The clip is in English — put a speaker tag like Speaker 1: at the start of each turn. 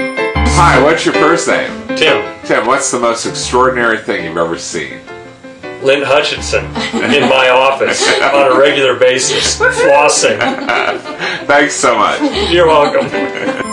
Speaker 1: Hi, what's your first name?
Speaker 2: Tim,
Speaker 1: Tim, what's the most extraordinary thing you've ever seen?
Speaker 2: Lynn Hutchinson in my office on a regular basis, flossing.
Speaker 1: Thanks so much.
Speaker 2: You're welcome.